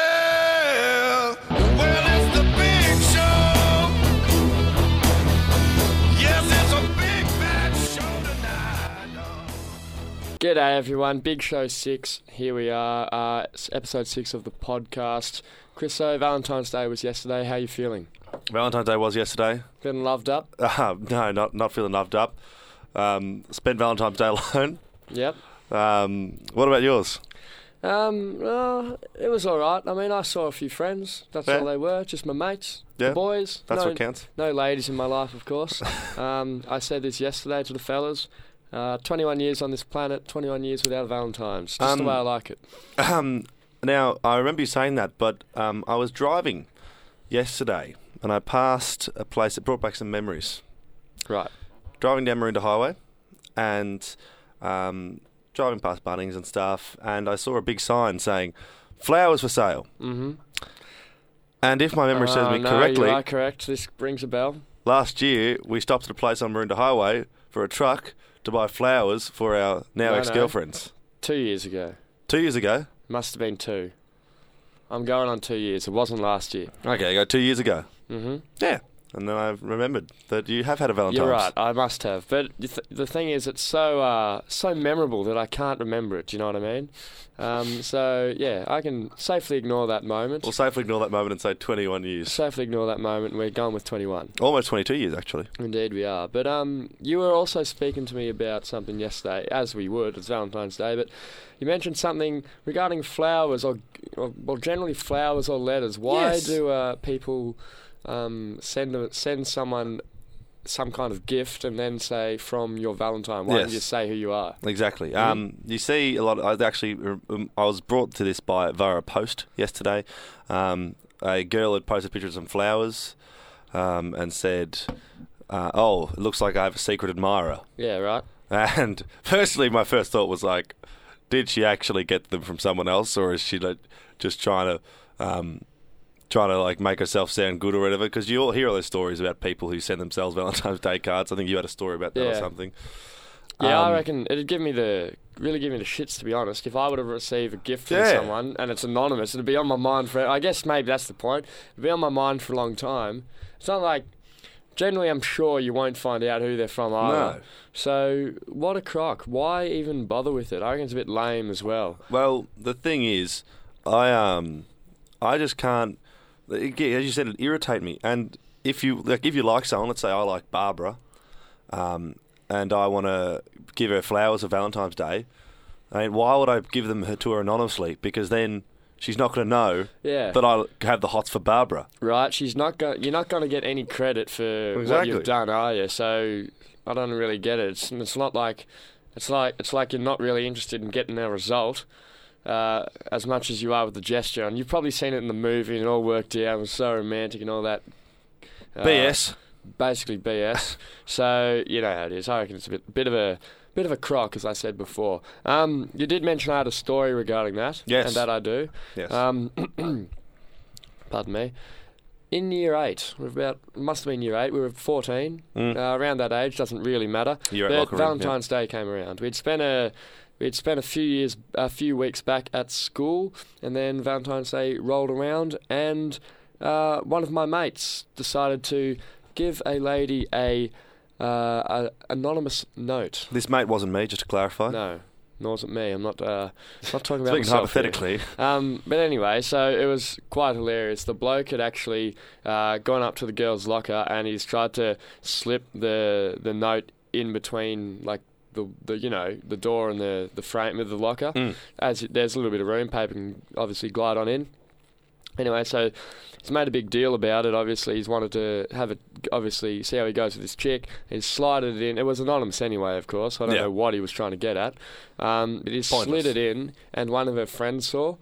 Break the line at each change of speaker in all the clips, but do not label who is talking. Well, well, it's the big show. Yes, it's a big bad show tonight.
G'day everyone, Big Show 6. Here we are, uh, it's episode 6 of the podcast. Chris, so Valentine's Day was yesterday. How you feeling?
Valentine's Day was yesterday.
Been loved up?
Uh, no, not not feeling loved up. Um, spent Valentine's Day alone.
Yep.
Um, what about yours?
Um, uh, it was alright. I mean, I saw a few friends. That's
Yeah.
all they were, just my mates,
Yeah,
the boys.
That's
no,
what counts.
No ladies in my life, of course. um, I said this yesterday to the fellas. Uh, 21 years on this planet, 21 years without a Valentine's. Just the
Um,
way I like it.
Um, now I remember you saying that, but um, I was driving yesterday and I passed a place that brought back some memories.
Right.
Driving down Maroondah Highway and um, driving past Bunnings and stuff, and I saw a big sign saying "Flowers for sale."
Mm-hmm. Uh,
And if my memory serves
Ah,
me
no,
correctly,
You are correct. This rings a bell.
Last year, we stopped at a place on Maroondah Highway for a truck to buy flowers for our now
No, no.
ex-girlfriends.
Two years ago.
Two years ago.
Must have been two. I'm going on two years. It wasn't last year.
Okay, go two years ago.
hmm
Yeah. And then I remembered that you have had a Valentine's.
You're right. I must have. But the th- the thing is, it's so uh, so memorable that I can't remember it. Do you know what I mean? Um, so yeah, I can safely ignore that moment.
We'll safely ignore that moment and say 21 years.
safely ignore that moment. We're going with 21.
Almost 22 years, actually.
Indeed, we are. But um, you were also speaking to me about something yesterday, as we would. It's Valentine's Day, but you mentioned something regarding flowers, or, or well, generally flowers or letters. Why
Yes.
do uh, people um, send a, send someone some kind of gift and then say from your Valentine? Why don't
Yes.
you say who you are?
Exactly. Um, you see a lot. Of, I actually, um, I was brought to this by via a post yesterday. Um, a girl had posted a picture of some flowers, um, and said, uh, "Oh, it looks like I have a secret admirer."
Yeah, right.
And firstly, my first thought was like, did she actually get them from someone else, or is she like just trying to, um, trying to like make herself sound good or whatever? Because you all hear all those stories about people who send themselves Valentine's Day cards. I think you had a story about that or
Yeah.
something.
Yeah, I
Um,
reckon it'd give me the really give me the shits to be honest. If I were to receive a gift from
Yeah.
someone and it's anonymous, it'd be on my mind for. I guess maybe that's the point. It'd be on my mind for a long time. It's not like generally, I'm sure you won't find out who they're from either.
No.
So what a crock! Why even bother with it? I reckon it's a bit lame as well.
Well, the thing is, I um, I just can't. it- yeah, As you said, it irritate me. And if you like, if you like someone, let's say I like Barbara, um, and I want to give her flowers for Valentine's Day. I mean, why would I give them her to her anonymously? Because then she's not going to know
Yeah,
that I have the hots for Barbara.
right. She's not going. You're not going to get any credit for what
Exactly.
you've done, are you? So I don't really get it. It's, it's not like it's like it's like you're not really interested in getting a result uh, as much as you are with the gesture. And you've probably seen it in the movie, and it all worked out. It was so romantic and all that. Uh,
BS.
Basically BS. so you know how it is. I reckon it's a bit bit of a bit of a crock, as I said before. Um, you did mention I had a story regarding that.
Yes.
And that I do.
Yes.
Um, pardon me. In year eight, we're about must have been year eight. We were fourteen,
Mm.
uh, around that age. Doesn't really matter.
Year eight
but
locker room, yeah.
Valentine's Day came around. We'd spent a we'd spent a few years, a few weeks back at school, and then Valentine's Day rolled around, and uh, one of my mates decided to give a lady a, uh, a anonymous note.
this mate wasn't me, just to clarify.
No, nor was it me. I'm not uh, not talking about
Speaking
myself here.
hypothetically,
Um, but anyway, so it was quite hilarious. The bloke had actually uh, gone up to the girl's locker and he's tried to slip the the note in between, like the, the you know the door and the the frame of the locker.
Mm.
As it- there's a little bit of room, paper can obviously glide on in. Anyway, so he's made a big deal about it. Obviously, he's wanted to have it. Obviously, see how he goes with this chick. He's slided it in. It was anonymous anyway, of course. I don't
Yeah.
know what he was trying to get at. Um, but he slid
Pointless.
it in, and one of her friends saw.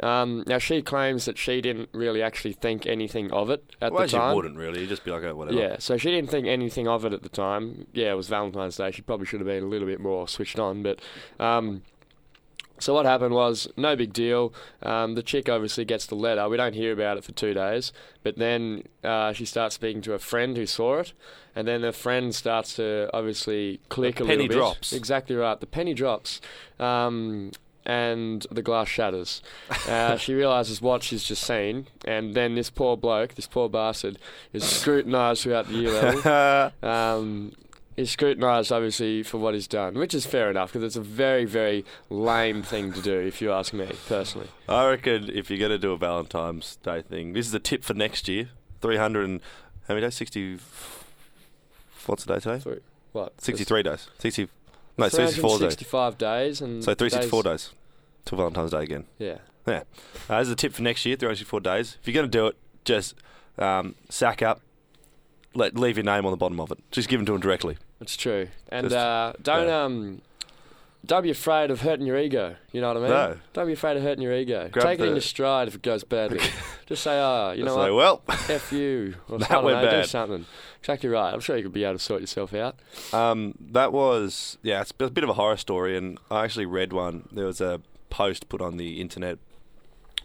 Um, now she claims that she didn't really actually think anything of it at
well,
the
you
time.
wouldn't really. You'd just be like, oh, whatever.
Yeah, so she didn't think anything of it at the time. Yeah, it was Valentine's Day. She probably should have been a little bit more switched on, but. Um, so what happened was no big deal. Um, the chick obviously gets the letter. We don't hear about it for two days, but then uh, she starts speaking to a friend who saw it, and then the friend starts to obviously click
The
a
penny
little bit.
drops.
Exactly right. The penny drops, um, and the glass shatters. Uh, she realizes what she's just seen, and then this poor bloke, this poor bastard, is scrutinized throughout the year level um, is scrutinised obviously for what he's done, which is fair enough because it's a very, very lame thing to do if you ask me personally.
I reckon if you're going to do a Valentine's Day thing, this is a tip for next year. 300 and how many days? 60. What's the day today?
Three- What?
63 days. 60.
It's
No, 64 days.
365 days and
So 364 days, till Valentine's Day again.
Yeah.
Yeah. Uh, as a tip for next year, 364 days. If you're going to do it, just um, sack up. Let, leave your name on the bottom of it. Just give them to them directly.
It's true. And
Just-
uh, don't
yeah.
um don't be afraid of hurting your ego. You know what I mean?
No.
Don't be afraid of hurting your ego.
Grab
Take it
the-
in your stride if it goes badly. Just say, oh, you know
Just
what?
say, well,
F you. Or
That
I don't
went
know, Do
bad.
something. Exactly right. I'm sure you could be able to sort yourself out.
Um, that was yeah, it's a bit of a horror story, and I actually read one. There was a post put on the internet.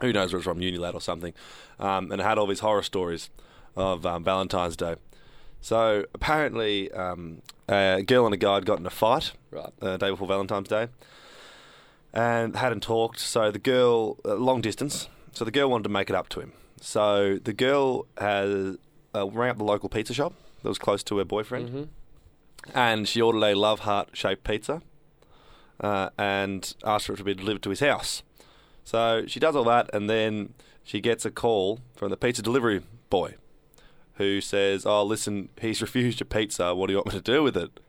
Who knows where it's from, Unilad or something, um, and it had all these horror stories of um, Valentine's Day. So apparently, um, a girl and a guy had got in a fight
Right.
uh, day before Valentine's Day, and hadn't talked. So the girl, uh, long distance, so the girl wanted to make it up to him. So the girl has uh, rang up the local pizza shop that was close to her boyfriend
hmm
and she ordered a love heart shaped pizza uh, and asked for it to be delivered to his house. So she does all that, and then she gets a call from the pizza delivery boy who says, Oh, listen, he's refused your pizza. What do you want me to do with it?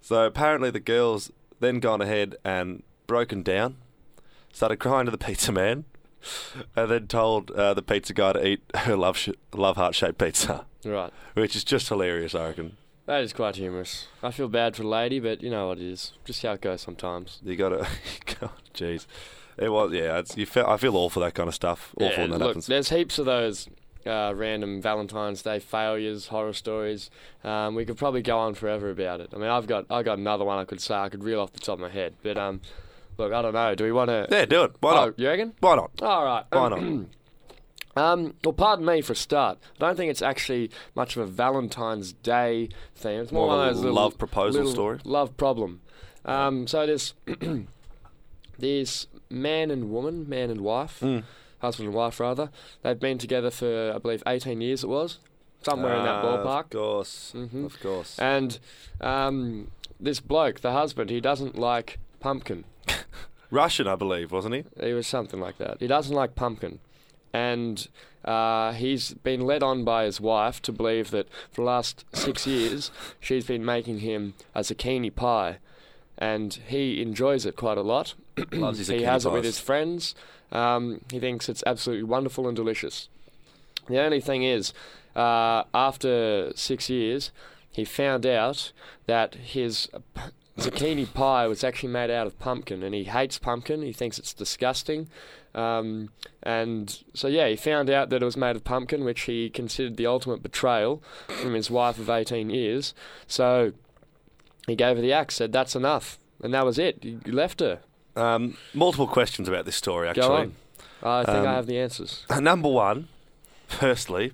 So apparently, the girl's then gone ahead and broken down, started crying to the pizza man, and then told uh, the pizza guy to eat her love, sh- love heart shaped pizza,
Right.
which is just hilarious, I reckon.
That is quite humorous. I feel bad for the lady, but you know what it is. Just how it goes sometimes.
You gotta, God, jeez, it was yeah. It's, you feel I feel awful that kind of stuff. Awful
Yeah,
when that
look,
happens.
there's heaps of those uh, random Valentine's Day failures, horror stories. Um, we could probably go on forever about it. I mean, I've got I got another one I could say I could reel off the top of my head, but um, look, I don't know. Do we want to?
Yeah, do it. Why
oh,
not?
you reckon?
Why not?
All right.
Why not?
Um, well, pardon me for a start. I don't think it's actually much of a Valentine's Day theme. It's more,
More of
one
a
of those little,
love proposal
little
story.
Love problem. Um, so there's there's man and woman, man and wife,
Hmm.
husband and wife rather. They've been together for I believe 18 years. It was somewhere in that
Ah,
ballpark.
Of course,
Mhm.
of course.
And um, this bloke, the husband, he doesn't like pumpkin.
Russian, I believe, wasn't he?
It was something like that. He doesn't like pumpkin. And uh, he's been led on by his wife to believe that for the last six years, she's been making him a zucchini pie. And he enjoys it quite a lot.
Loves his
he
zucchini
has it with
pies.
his friends. Um, he thinks it's absolutely wonderful and delicious. The only thing is, uh, after six years, he found out that his p- zucchini pie was actually made out of pumpkin, and he hates pumpkin. He thinks it's disgusting. Um, and so, yeah, he found out that it was made of pumpkin, which he considered the ultimate betrayal from his wife of 18 years. So he gave her the axe, said, That's enough. And that was it. He left her.
Um, multiple questions about this story.
Go
Actually,
on. I think I
Um,
have the answers.
number one, firstly,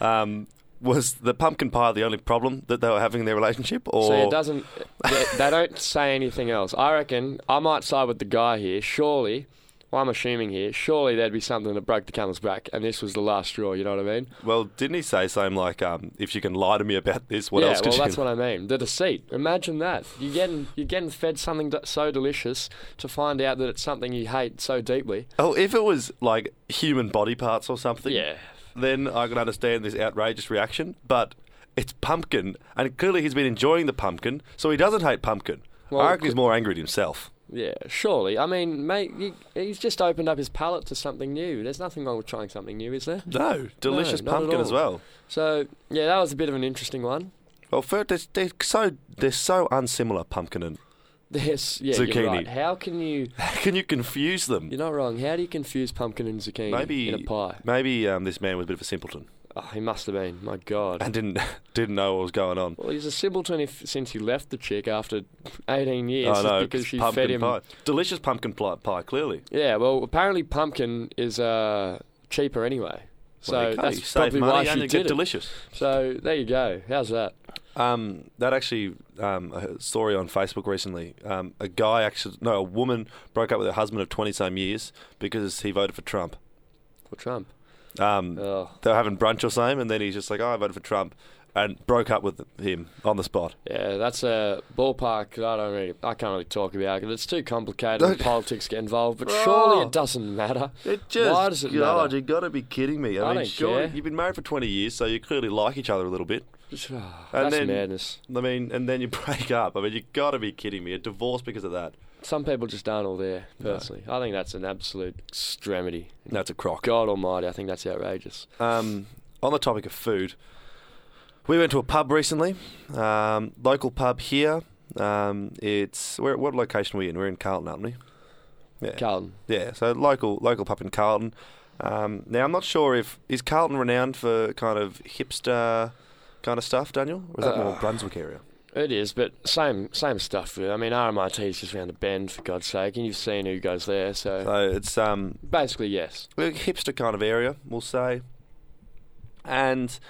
um, was the pumpkin pie the only problem that they were having in their relationship, or
So it doesn't. They, they don't say anything else. I reckon I might side with the guy here. Surely, well, I'm assuming here. Surely there'd be something that broke the camel's back, and this was the last straw. You know what I mean?
well, didn't he say something like, um, "If you can lie to me about this, what
yeah.
else could
well,
you?"
that's what I mean. The deceit. Imagine that. You're getting you're getting fed something d- so delicious to find out that it's something you hate so deeply.
Oh, if it was like human body parts or something,
Yeah.
then I could understand this outrageous reaction. But it's pumpkin, and clearly he's been enjoying the pumpkin, so he doesn't hate pumpkin.
Well,
I reckon he's more angry at himself.
Yeah. Surely. I mean, mate, you, he's just opened up his palate to something new. There's nothing wrong with trying something new, is there?
No, delicious
not at
pumpkin as
all.
well.
So yeah, that was a bit of an interesting one.
Well, first, they're, they're so they're so unsimilar pumpkin and
Yes, yeah,
Zucchini.
you're right. How can you?
can you confuse them?
You're not wrong. How do you confuse pumpkin and zucchini
Maybe
in a pie?
Maybe um, this man was a bit of a simpleton
Oh, he must have been. My God.
and didn't didn't know what was going on.
well, he's a simpleton if, since he left the chick after 18 years
I
just
know
because she
pumpkin
fed him.
pie. delicious pumpkin pli- pie. Clearly,
Yeah, well, apparently pumpkin is uh, cheaper anyway. So
Well, there you go.
that's
You save
probably
money
why
and
she
you
did
get
it.
delicious.
So there you go. How's that?
Um, that actually um, a story on Facebook recently. Um, a guy actually, no, a woman broke up with her husband of twenty some years because he voted for Trump.
For Trump.
Um,
Oh,
They were having brunch or something, and then he's just like, "Oh, I voted for Trump," and broke up with him on the spot.
yeah, that's a ballpark that I don't really, I can't really talk about because it's too complicated. and politics get involved, but surely it doesn't matter.
Oh. It just,
Why does it
God,
matter?
you got to be kidding me. I,
I
mean,
don't
sure,
care.
you've been married for 20 years, so you clearly like each other a little bit.
that's
then-
madness.
I mean, and then you break up. I mean, you got to be kidding me. A divorce because of that.
Some people just aren't all there. Personally, I think that's an absolute extremity.
That's a crock.
God Almighty, I think that's outrageous.
Um, on the topic of food, we went to a pub recently, um, local pub here. Um, it's where, what location are we in? We're in Carlton, aren't we? Yeah.
Carlton,
Yeah, so local local pub in Carlton. Um, now I'm not sure if is Carlton renowned for kind of hipster kind of stuff, Daniel, or is that more
Uh,
Brunswick area?
it is, but same same stuff. really. I mean, RMIT is just round the bend for God's sake, and you've seen who goes there. So
So it's um
basically, yes.
a hipster kind of area, we'll say. And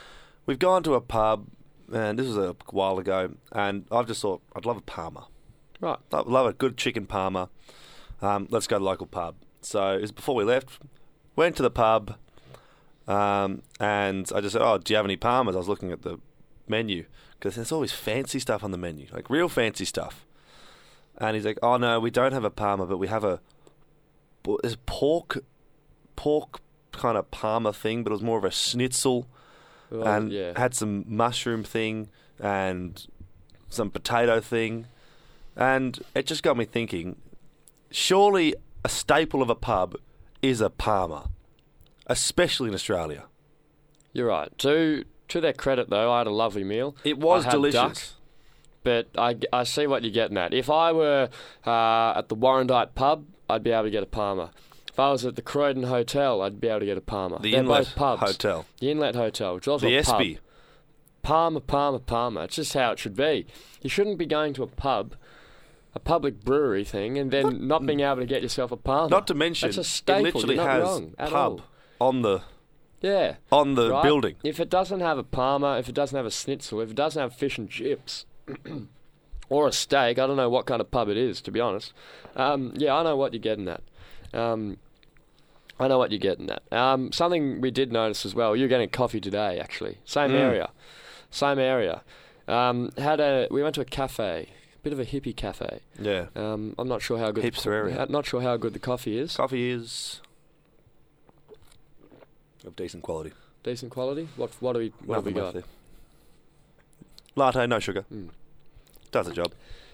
we've gone to a pub, and this was a while ago, and I've just thought I'd love a Palmer.
Right.
I love a good chicken Palmer. Um, let's go to the local pub. So it was before we left, went to the pub, um, and I just said, "Oh, do you have any Palmers?" I was looking at the menu because there's always fancy stuff on the menu, like real fancy stuff. And he's like, "Oh no, we don't have a Palmer, but we have a there's pork, pork kind of Palmer thing, but it was more of a schnitzel."
Well,
and
yeah.
had some mushroom thing and some potato thing, and it just got me thinking. Surely a staple of a pub is a Palmer, especially in Australia.
You're right. To to their credit, though, I had a lovely meal,
It
I had duck. but I, I see what you're getting at. If I were uh, at the Warrandyte pub, I'd be able to get a Palmer. If I was at the Croydon Hotel, I'd be able to get a Palmer.
The
They're
Inlet
both pubs.
Hotel,
The Inlet Hotel, which is also
the
a pub.
Espy.
Palmer, Palmer, Palmer. It's just how it should be. You shouldn't be going to a pub, a public brewery thing, and then not, being able to get yourself a Palmer.
Not to mention,
That's a
it
staple.
literally
You're not
has
wrong at
pub
all.
on the
yeah.
on the
right?
building.
If it doesn't have a Palmer, if it doesn't have a schnitzel, if it doesn't have fish and chips, or a steak, I don't know what kind of pub it is, to be honest. Um, yeah, I know what you're getting at. Um, I know what you're getting at. Um, something we did notice as well. You're getting coffee today, actually. Same
Mm.
area, same area. Um, had a we went to a cafe, bit of a hippie cafe.
Yeah,
Um, I'm not sure how good the
Hipster
co-
area.
Not sure how good the coffee is.
coffee is of decent quality.
Decent quality. What what do we what have we
Nothing
got?
left there. Latte, no sugar.
Mm.
Does the job.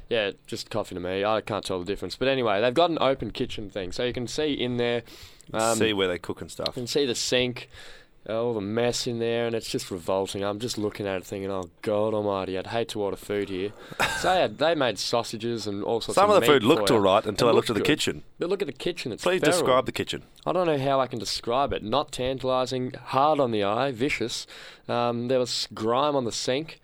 Yeah, just coffee to me. I can't tell the difference. But anyway, they've got an open kitchen thing, so you can see in there. Um,
See where they cook and stuff.
You can see the sink, uh, all the mess in there, and it's just revolting. I'm just looking at it thinking, oh, God almighty, I'd hate to order food here. so they, had, they made sausages and all sorts
Some of the
meat
food
for
looked
you.
all right until
It
I looked
looked
at the
good.
kitchen.
But look at the kitchen. It's
Please
feral.
describe the kitchen.
I don't know how I can describe it. Not tantalising, hard on the eye, vicious. Um, there was grime on the sink,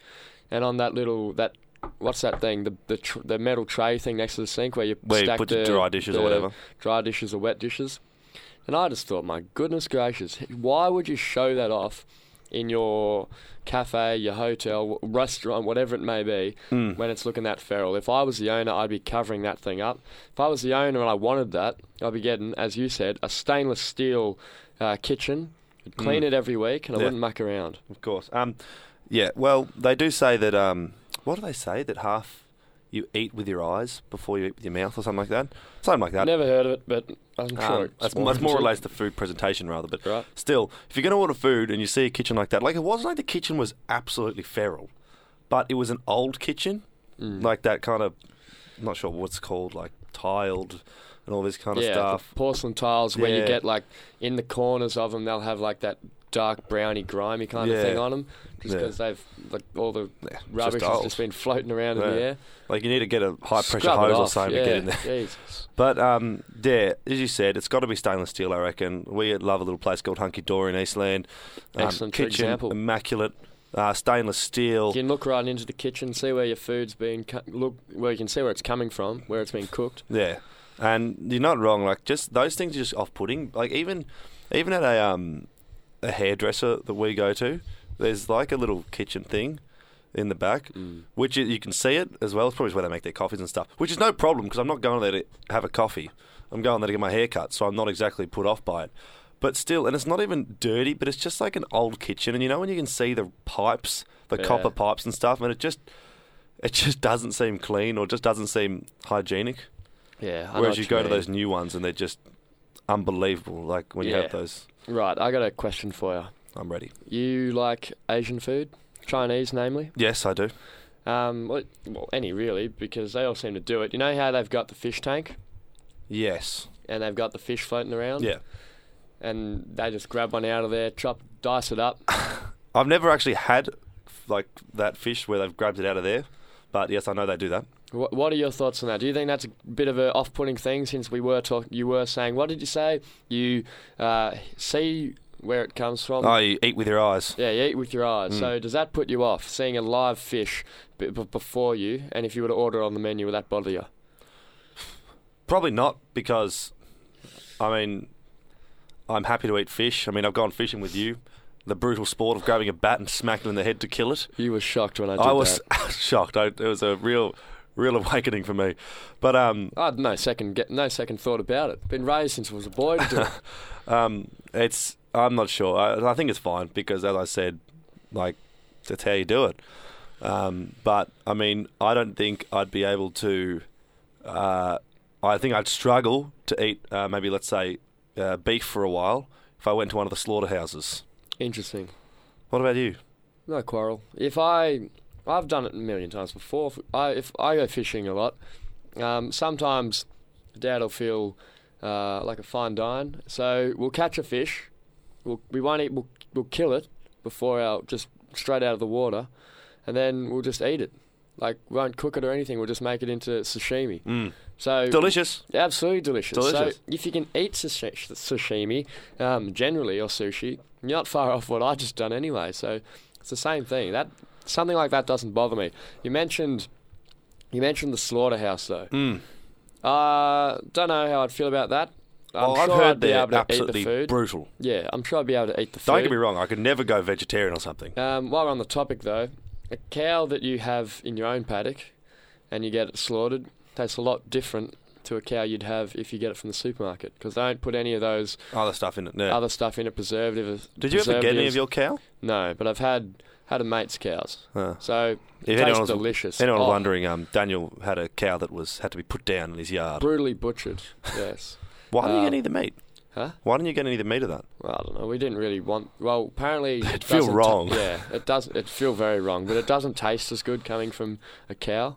and on that little that what's that thing? The the, tr- the metal tray thing next to the sink where you
Where you
stack
put
the,
your dry dishes
the
or whatever.
dry dishes or wet dishes. And I just thought, my goodness gracious, why would you show that off in your cafe, your hotel, w- restaurant, whatever it may be,
Hmm.
when it's looking that feral? If I was the owner, I'd be covering that thing up. If I was the owner and I wanted that, I'd be getting, as you said, a stainless steel uh, kitchen. I'd clean it every week, and I
Hmm. Yeah.
wouldn't muck around.
Of course. Um, yeah. Well, they do say that. Um, what do they say? That half you eat with your eyes before you eat with your mouth, or something like that. Something like that.
Never heard of it, but I'm
Uh, Um,
sure it's
that's, that's more
than-
relates to food presentation rather, but
Right.
still, if you're going to order food and you see a kitchen like that, like it wasn't like the kitchen was absolutely feral, but it was an old kitchen,
Mm.
like that kind of, I'm not sure what's called, like tiled and all this kind of
yeah,
stuff.
The porcelain tiles where
Yeah.
you get like in the corners of them, they'll have like that dark browny, grimy kind
Yeah.
of thing on them, just
Yeah.
because they've like all the
Yeah, just
rubbish has
old.
just been floating around in
Yeah.
the air.
Like you need to get a high pressure
Scrub it
hose or
off,
something
yeah.
to get in there.
Jesus.
But um, yeah, as you said, it's got to be stainless steel. I reckon we love a little place called Hunky Dory in Eastland. Um,
Excellent, good
kitchen,
example.
immaculate, uh, stainless steel.
You can look right into the kitchen, see where your food's being co- look where you can see where it's coming from, where it's being cooked.
Yeah, and you're not wrong. Like just those things are just off-putting. Like even even at a um a hairdresser that we go to, there's like a little kitchen thing, in the back, which is, you can see it as well. It's probably where they make their coffees and stuff, which is no problem because I'm not going there to have a coffee. I'm going there to get my hair cut, so I'm not exactly put off by it. But still, and it's not even dirty, but it's just like an old kitchen. And you know when you can see the pipes, the
Yeah.
copper pipes and stuff, and it just it just doesn't seem clean or just doesn't seem hygienic.
Yeah. I know
Whereas
what
you go to
mean.
those new ones and they're just unbelievable. Like when you
Yeah.
have those,
Right, I got a question for
I'm ready.
you. You like Asian food, Chinese namely?
Yes, I do.
Um, well, well, any really, because they all seem to do it. You know how they've got the fish tank
Yes.
and they've got the fish floating around,
Yeah.
and they just grab one out of there, chop, dice it up.
I've never actually had like that fish where they've grabbed it out of there, but yes, I know they do that.
What, what are your thoughts on that? Do you think that's a bit of a off-putting thing? Since we were talk, you were saying, what did you say? You uh, see where it comes from.
Oh, Mm. you eat with your eyes.
yeah, you eat with your eyes. So does that put you off seeing a live fish b- b- before you? And if you were to order it on the menu, would that bother you?
Probably not because, I mean, I'm happy to eat fish. I mean, I've gone fishing with you. The brutal sport of grabbing a bat and smacking it in the head to kill it.
You were shocked when I did
I was
that.
shocked. I, it was a real, real awakening for me. But um,
I had no second, ge- no second thought about it. Been raised since I was a boy to do it.
Um, it's I'm not sure. I, I think it's fine because, as I said, like that's how you do it. Um, but I mean, I don't think I'd be able to. Uh, I think I'd struggle to eat uh, maybe let's say uh, beef for a while if I went to one of the slaughterhouses.
Interesting.
What about you?
No quarrel. If I, I've done it a million times before. If I, if I go fishing a lot, um, sometimes Dad will feel uh, like a fine dine. So we'll catch a fish. We'll, we won't eat. We'll, we'll kill it before our just straight out of the water, and then we'll just eat it. Like we won't cook it or anything. We'll just make it into sashimi.
Mm.
So
Delicious.
Absolutely delicious.
Delicious.
So if you can eat sashi- sashimi, um, generally or sushi, you're not far off what I just done anyway. So it's the same thing. That something like that doesn't bother me. You mentioned, you mentioned the slaughterhouse though.
Mm.
Uh, don't know how I'd feel about that. I'm
Well,
sure
Oh, I've heard
would be
they're
able to
absolutely
eat the food.
brutal.
yeah, I'm sure I'd be able to eat the
Don't
food.
get me wrong. I could never go vegetarian or something.
Um, while we're on the topic, though, a cow that you have in your own paddock and you get it slaughtered tastes a lot different to a cow you'd have if you get it from the supermarket because they don't put any of those
Other stuff in it. No.
other stuff in it, preservative. uh,
Did you ever get any of
preservatives.
your cow?
No, but I've had had a mate's cows,
Uh.
so
If
it
anyone
tastes
was-
delicious.
Anyone
Oh,
wondering? Um, Daniel had a cow that was had to be put down in his yard.
Brutally butchered. Yes.
Why didn't you get
Um,
any of the meat?
huh?
Why didn't you get any of the meat of that?
Well, I don't know. We didn't really want. Well, apparently it
It'd feel
doesn't ta-
wrong.
yeah, it does. It feel very wrong, but it doesn't taste as good coming from a cow.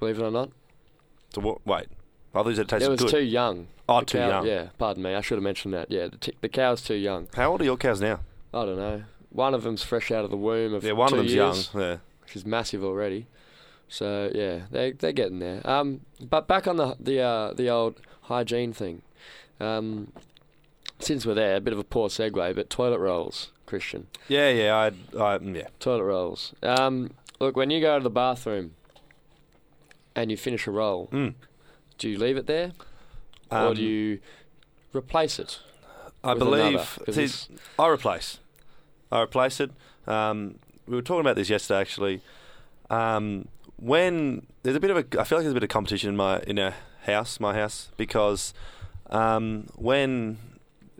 Believe it or not.
So what, wait, I thought you said it tasted
it was
good.
too young.
oh,
The
too
cow-
young.
Yeah, pardon me. I should have mentioned that. Yeah, the, t- the cow's too young.
How old are your cows now?
I don't know. One of them's fresh out of the womb of
Yeah, one
two
of them's
years,
young. Yeah.
which is massive already. So yeah, they they're getting there. Um, but back on the the uh, the old hygiene thing. Um, since we're there, a bit of a poor segue, but toilet rolls, Christian.
Yeah, yeah, I, I, mm, yeah.
Toilet rolls. Um, look, when you go to the bathroom and you finish a roll,
Mm.
do you leave it there or
Um,
do you replace it?
I
with another?
believe.
'Cause
see,
it's-
I replace. I replace it. Um, we were talking about this yesterday, actually. Um, when there's a bit of a, I feel like there's a bit of competition in my in our house, my house, because um, when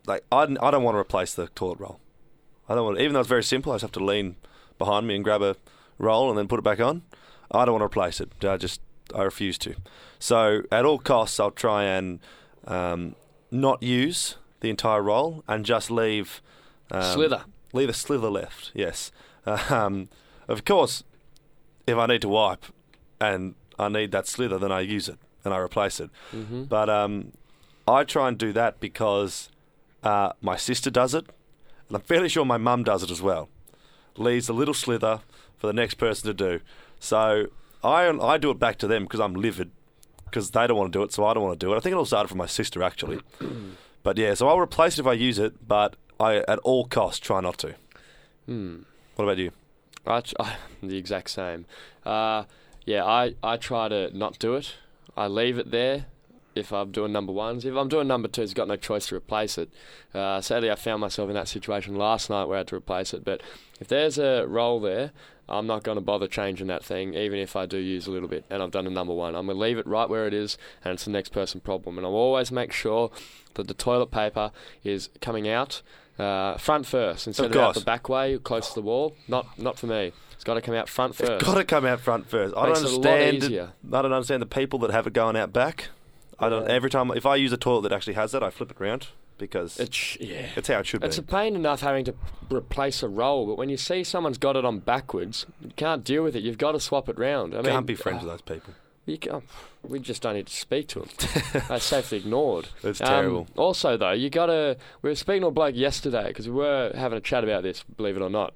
like I, I don't want to replace the toilet roll. I don't want, even though it's very simple. I just have to lean behind me and grab a roll and then put it back on. I don't want to replace it. I just I refuse to. So at all costs, I'll try and um, not use the entire roll and just leave um,
Slither.
Leave a slither left. Yes. Um, of course, if I need to wipe and I need that slither, then I use it and I replace it.
Mm-hmm.
But um, I try and do that because uh, my sister does it, and I'm fairly sure my mum does it as well. Leaves a little slither for the next person to do. So I I do it back to them because I'm livid because they don't want to do it, so I don't want to do it. I think it all started from my sister actually. but yeah, so I'll replace it if I use it, but I at all costs try not to.
Hmm.
What about you?
I, tr- the exact same. Uh, yeah, I, I try to not do it. I leave it there. if I'm doing number ones. If I'm doing number twos, I've got no choice to replace it. Uh, sadly, I found myself in that situation last night where I had to replace it. But if there's a role there, I'm not going to bother changing that thing, even if I do use a little bit. And I've done a number one. I'm going to leave it right where it is, and it's the next person problem. And I'll always make sure that the toilet paper is coming out uh, front first instead
Of
of out
course.
the back way, close to the wall. Not not for me. It's got to come out front first.
Got to come out front first. I
Makes
don't
it a lot
understand.
easier.
I don't understand the people that have it going out back. I don't. Every time, if I use a toilet that actually has that, I flip it round because
It sh- yeah.
it's how it should
It's a
be.
pain enough having to replace a roll, but when you see someone's got it on backwards, you can't deal with it. You've got to swap it round. I mean, uh,
Can't be friends with those people.
You can't, we just don't need to speak to them. That's safely ignored.
That's
Um,
terrible.
Also, though, you got to. We were speaking to a bloke yesterday because we were having a chat about this, believe it or not.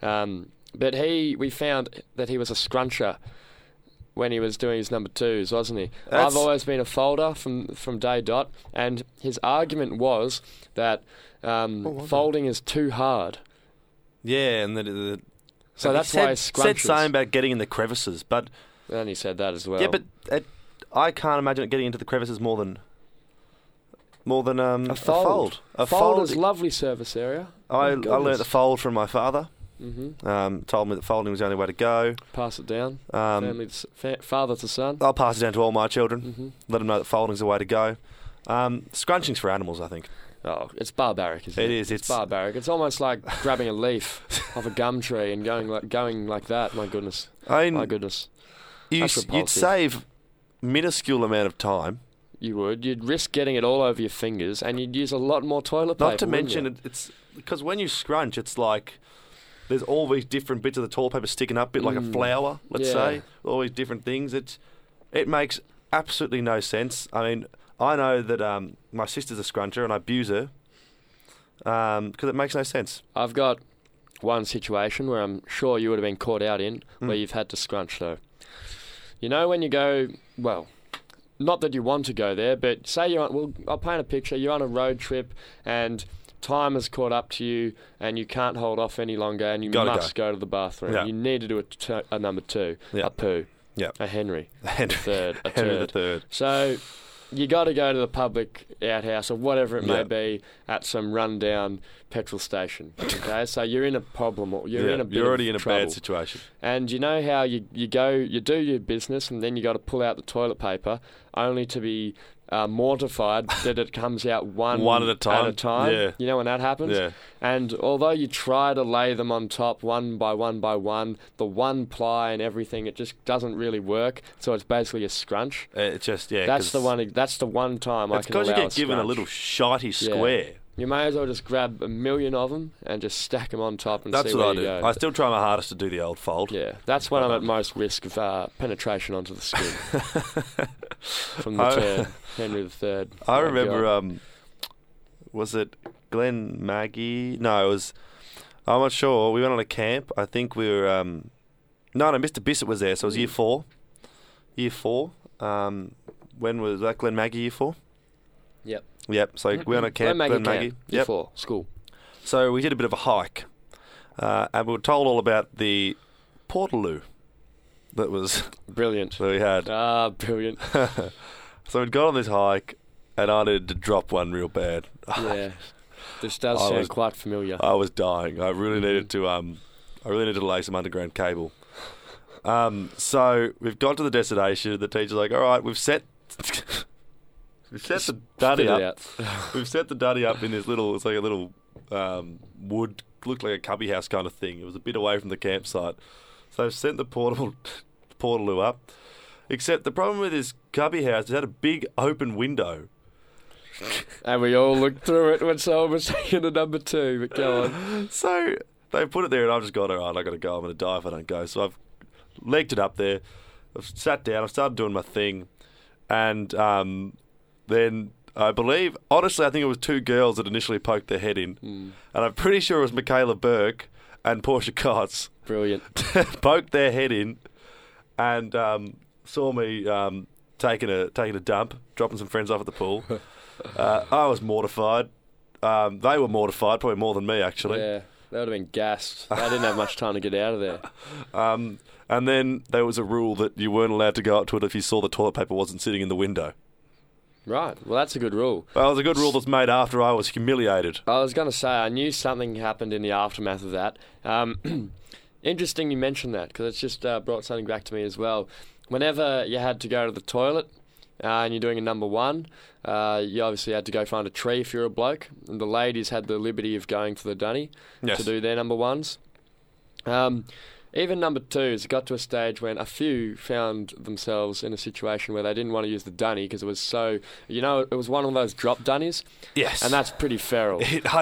Um, but he, we found that he was a scruncher when he was doing his number twos, wasn't he?
That's-
I've always been a folder from from day dot, and his argument was that um, folding is too hard.
Yeah, and the, the, the-
So
and he
that's
said,
why
said
scrunches.
something about getting in the crevices, but
and he said that as well.
yeah, but it, I can't imagine it getting into the crevices more than more than um,
a fold,
A
Folder's
fold.
lovely service area.
I, I
My goodness.
learnt the fold from my father.
hmm
Um, told me that folding was the only way to go.
Pass it down.
Um, uh,
Family, to, s- fa- father to son.
I'll pass it down to all my children.
hmm
Let them know that folding's the way to go. Um, scrunching's for animals, I think.
Oh, it's barbaric, isn't
It
it?
is,
It's,
it's-
barbaric. It's almost like grabbing a leaf off a gum tree and going like going like that. My goodness.
I
My
mean,
goodness.
you,
that's
s- you'd
repulsive.
save minuscule amount of time.
You would. You'd risk getting it all over your fingers, and you'd use a lot more toilet paper.
Not to
wouldn't
mention,
you?
it, it's because when you scrunch, it's like there's all these different bits of the toilet paper sticking up, bit like a
Mm.
flower, let's
Yeah.
say. All these different things. It's it makes absolutely no sense. I mean, I know that um, my sister's a scruncher and I abuse her because it makes no sense.
I've got one situation where I'm sure you would have been caught out in where
Mm.
you've had to scrunch though. You know when you go well, not that you want to go there, but say you're on, well, I'll paint a picture. You're on a road trip and time has caught up to you and you can't hold off any longer and you
Gotta
must go. to the bathroom.
Yeah.
You need to do a, t- a number two,
Yeah.
a poo,
Yeah.
a Henry,
Henry,
third, a
Henry
turd.
the Third.
So you got to go to the public outhouse or whatever it may
Yeah.
be at some rundown petrol station. Okay, so you're in a problem. Or you're
Yeah,
in a bit
you're already
of
in a
trouble.
bad situation.
And you know how you you go you do your business and then you got to pull out the toilet paper only to be uh, mortified that it comes out one
One at a
At a
time.
time.
Yeah.
You know when that happens.
Yeah.
And although you try to lay them on top one by one by one, the one ply and everything, it just doesn't really work. So it's basically a scrunch.
Uh, It's just yeah.
That's
'cause
the one. That's the one time I
It's
can
because you
allow
get given a
scratch.
little shitey square.
You may as well just grab a million of them and just stack them on top and
That's
see
what I do.
where you
I Uh-huh.
go.
still try my hardest to do the old fold.
yeah, that's when I'm at most risk of uh, penetration onto the skin from the
I-
turd, Henry the Third.
I remember, um, was it Glen Maggie? No, it was. I'm not sure. We went on a camp. I think we were. Um, no, no, Mr. Bissett was there. So it was year four. Year four. Um, when was that? Glen Maggie year four.
Yep.
Yep. So we went on a camp.
Maggie
Glen
camp,
Maggie.
year
Yep.
four, school.
So we did a bit of a hike, uh, and we were told all about the portaloo that was
Brilliant.
that we had.
Ah, brilliant.
So we'd got on this hike, and I needed to drop one real bad.
Yeah, this does
I
sound
was-
quite familiar.
I was dying. I
Mm-hmm.
really needed to um, I really needed to lay some underground cable. Um, so we've got to the destination. The teacher's like, "All right, we've set, we've set the
Spit
duddy
it
up.
out.
We've set the duddy up in this little. It's like a little um, wood, looked like a cubby house kind of thing. It was a bit away from the campsite. So I've sent the portable portaloo up. Except the problem with this cubby house is it had a big open window.
And we all looked through it when someone was taking the number two. But go on.
So they put it there, and I've just gone, all right, I've got to go. I'm going to die if I don't go. So I've legged it up there. I've sat down. I've started doing my thing. And um, then I believe, honestly, I think it was two girls that initially poked their head in. And I'm pretty sure it was Michaela Burke and Portia Cotts
Brilliant.
poked their head in and um, saw me um, taking a taking a dump, dropping some friends off at the pool. Uh, I was mortified. Um, they were mortified, probably more than me actually.
Yeah, they would have been gassed. They didn't have much time to get out of there.
Um, and then there was a rule that you weren't allowed to go up to it if you saw the toilet paper wasn't sitting in the window.
Right. Well, that's a good rule.
That was a good rule that's made after I was humiliated.
I was going to say I knew something happened in the aftermath of that. Um, interesting you mentioned that because it's just uh, brought something back to me as well. Whenever you had to go to the toilet uh, and you're doing a number one, uh, you obviously had to go find a tree if you're a bloke. And the ladies had the liberty of going for the dunny
Yes.
to do their number ones. Um, even number twos got to a stage when a few found themselves in a situation where they didn't want to use the dunny because it was so, you know, it was one of those drop dunnies,
Yes.
and that's pretty feral.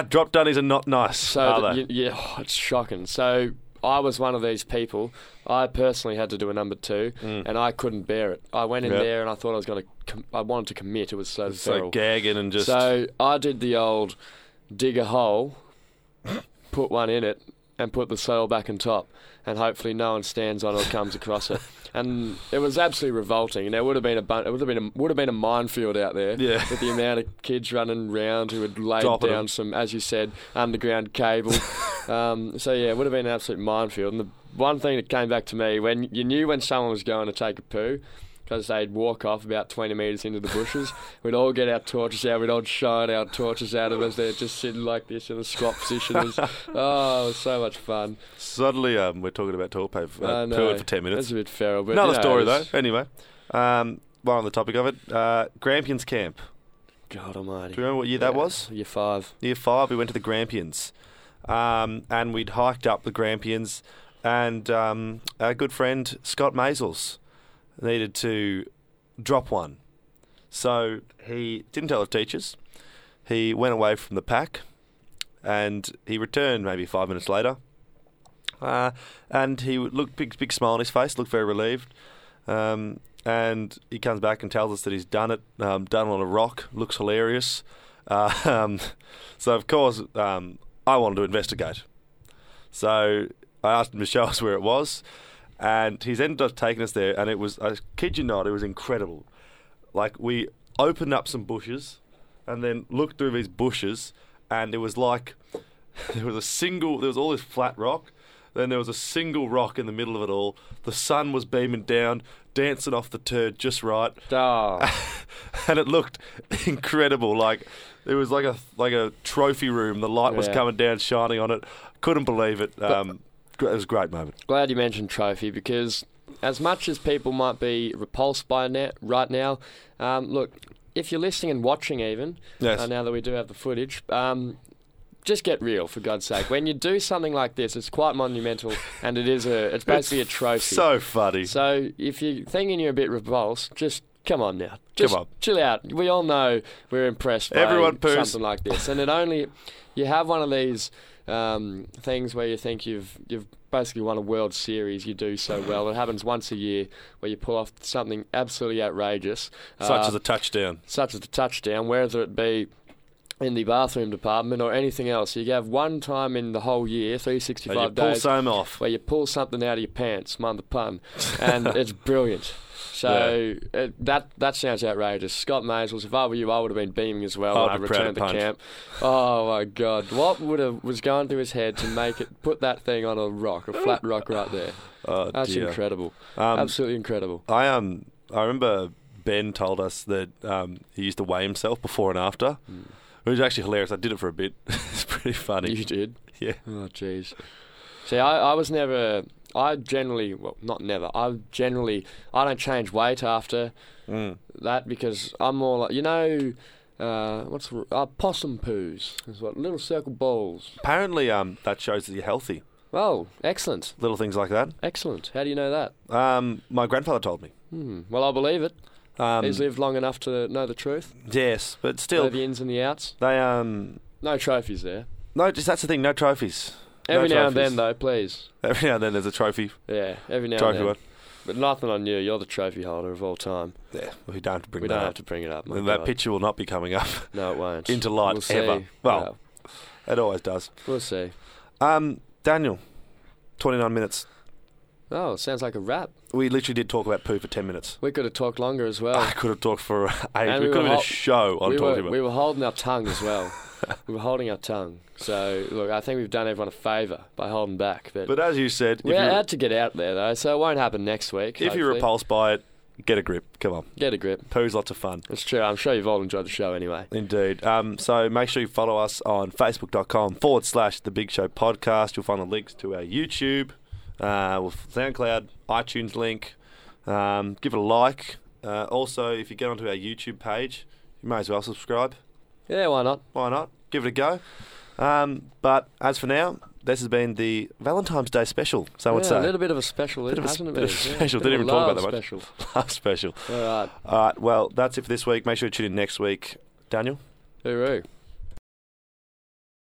drop dunnies are not nice,
So
are
that
they?
you, yeah, oh, it's shocking. So I was one of these people. I personally had to do a number two, and I couldn't bear it. I went in
Mm. Yep.
there and I thought I was going to. Com- I wanted to commit. It was so
It's
feral.
like gagging and just.
So I did the old dig a hole, put one in it, and put the sail back on top, and hopefully no one stands on it or comes across it. And it was absolutely revolting. And there would have been a bun- it would have been a, would have been a minefield out there
Yeah.
with the amount of kids running round who had laid
Dropping
down
them.
some, as you said, underground cable. um, so yeah, it would have been an absolute minefield. And the one thing that came back to me when you knew when someone was going to take a poo because they'd walk off about 20 metres into the bushes. We'd all get our torches out. We'd all shine our torches out of us. They're just sitting like this in a squat position. It was, oh, it was so much fun.
Suddenly, um, we're talking about toilet paper.
I
Uh,
know.
poo it for 10
It
minutes.
was a bit feral. But,
Another
you know,
story,
it was-
though. Anyway, um, while on the topic of it, uh, Grampians Camp.
God almighty.
Do you remember what year that
Yeah,
was?
Year five.
Year five, we went to the Grampians. Um, and we'd hiked up the Grampians, and um, our good friend Scott Mazels needed to drop one. So he didn't tell the teachers. He went away from the pack, and he returned maybe five minutes later. Uh, and he would- looked big, big smile on his face, looked very relieved. Um, and he comes back and tells us that he's done it, um, done on a rock, looks hilarious. Uh, um, so of course, um, I wanted to investigate. So I asked him to show us where it was, and he's ended up taking us there. And it was, I kid you not, it was incredible. Like we opened up some bushes, and then looked through these bushes, and it was like there was a single, there was all this flat rock. Then there was a single rock in the middle of it all. The sun was beaming down, dancing off the turd just right
Oh.
and it looked incredible. Like it was like a like a trophy room. The light was
Yeah.
coming down, shining on it. Couldn't believe it. Um, gr- it was a great moment.
glad you mentioned trophy because as much as people might be repulsed by net right now, um, look, if you're listening and watching even,
Yes.
uh, now that we do have the footage, um, just get real for God's sake. When you do something like this, it's quite monumental and it is a it's basically a trophy.
So funny.
So if you're thinking you're a bit repulsed, just come on now. Just
on.
Chill out. We all know we're impressed by
Everyone poos.
something like this. And it only you have one of these um, things where you think you've you've basically won a World Series, you do so well. It happens once a year where you pull off something absolutely outrageous.
Such
uh,
as a touchdown.
such as the touchdown, whether it be in the bathroom department or anything else. You have one time in the whole year, three sixty
And you
five
pull
days
some off.
where you pull something out of your pants, mind the pun, and it's brilliant. So uh, that that sounds outrageous. Scott Mazels, if I were you, I would have been beaming as well
I'd
when I
have proud
returned to
punch.
camp. Oh my God, what would have was going through his head to make it put that thing on a rock, a flat rock right there?
Oh,
That's
dear.
incredible,
Um,
absolutely incredible.
I um I remember Ben told us that um, he used to weigh himself before and after.
Hmm.
It was actually hilarious. I did it for a bit. it's pretty funny.
You did.
yeah.
Oh, jeez. See, I, I was never. I generally, well, not never. I generally, I don't change weight after hmm. that because I'm more like, you know, uh, what's the- uh, possum poos? Is what little circle balls.
Apparently, um, that shows that you're healthy.
Oh, excellent,
Little things like that.
excellent. How do you know that?
Um, my grandfather told me.
Hmm. Well, I believe it.
Um,
He's lived long enough to know the truth,
Yes, but
know
still,
the ins and the outs.
they um
No trophies there.
No, just that's the thing. No trophies.
Every
no
now and
trophies.
then, though, please.
Every now and then, there's a trophy.
Yeah, every now
trophy
and then.
one.
But nothing on you. You're the trophy holder of all time.
Yeah, we don't have to bring
we
that.
don't have
up.
to bring it up. my
Then that
God.
picture will not be coming up.
No, it won't.
Into light,
we'll see.
ever. Well- it always does.
Yeah, we'll see.
Um, Daniel, 29 minutes.
Oh, it sounds like a wrap.
We literally did talk about poo for 10 minutes.
We could have talked longer as
I
well.
could have talked for ages.
Oh. And
We
we
could have
were
been a
hot-
show on
we,
talking
were,
about.
we were holding our tongue as well. we were holding our tongue. So, look, I think we've done everyone a favour by holding back. But,
but as you said, if,
we're
you're,
out to get out there, though, so it won't happen next week.
if you're
hopefully.
repulsed by it, Get a grip. Come on.
Get a grip.
Poo's lots of fun.
It's true. I'm sure you've all enjoyed the show anyway.
Indeed. Um, so make sure you follow us on facebook.com forward slash the big show podcast. You'll find the links to our YouTube, uh, with SoundCloud, iTunes link. Um, give it a like. Uh, also, if you get onto our YouTube page, you may as well subscribe.
Yeah, why not?
Why not? Give it a go. Um, but as for now, this has been the Valentine's Day special. So I would
yeah,
say
A little bit of a special,
Bit of a
hasn't
sp-
it
bit
been?
of
Yeah,
special.
bit of
Didn't
a
even talk about
love
that much.
Special.
last special.
All right.
All right. Well, that's it for this week. Make sure you tune in next week. Daniel.
Hooroo.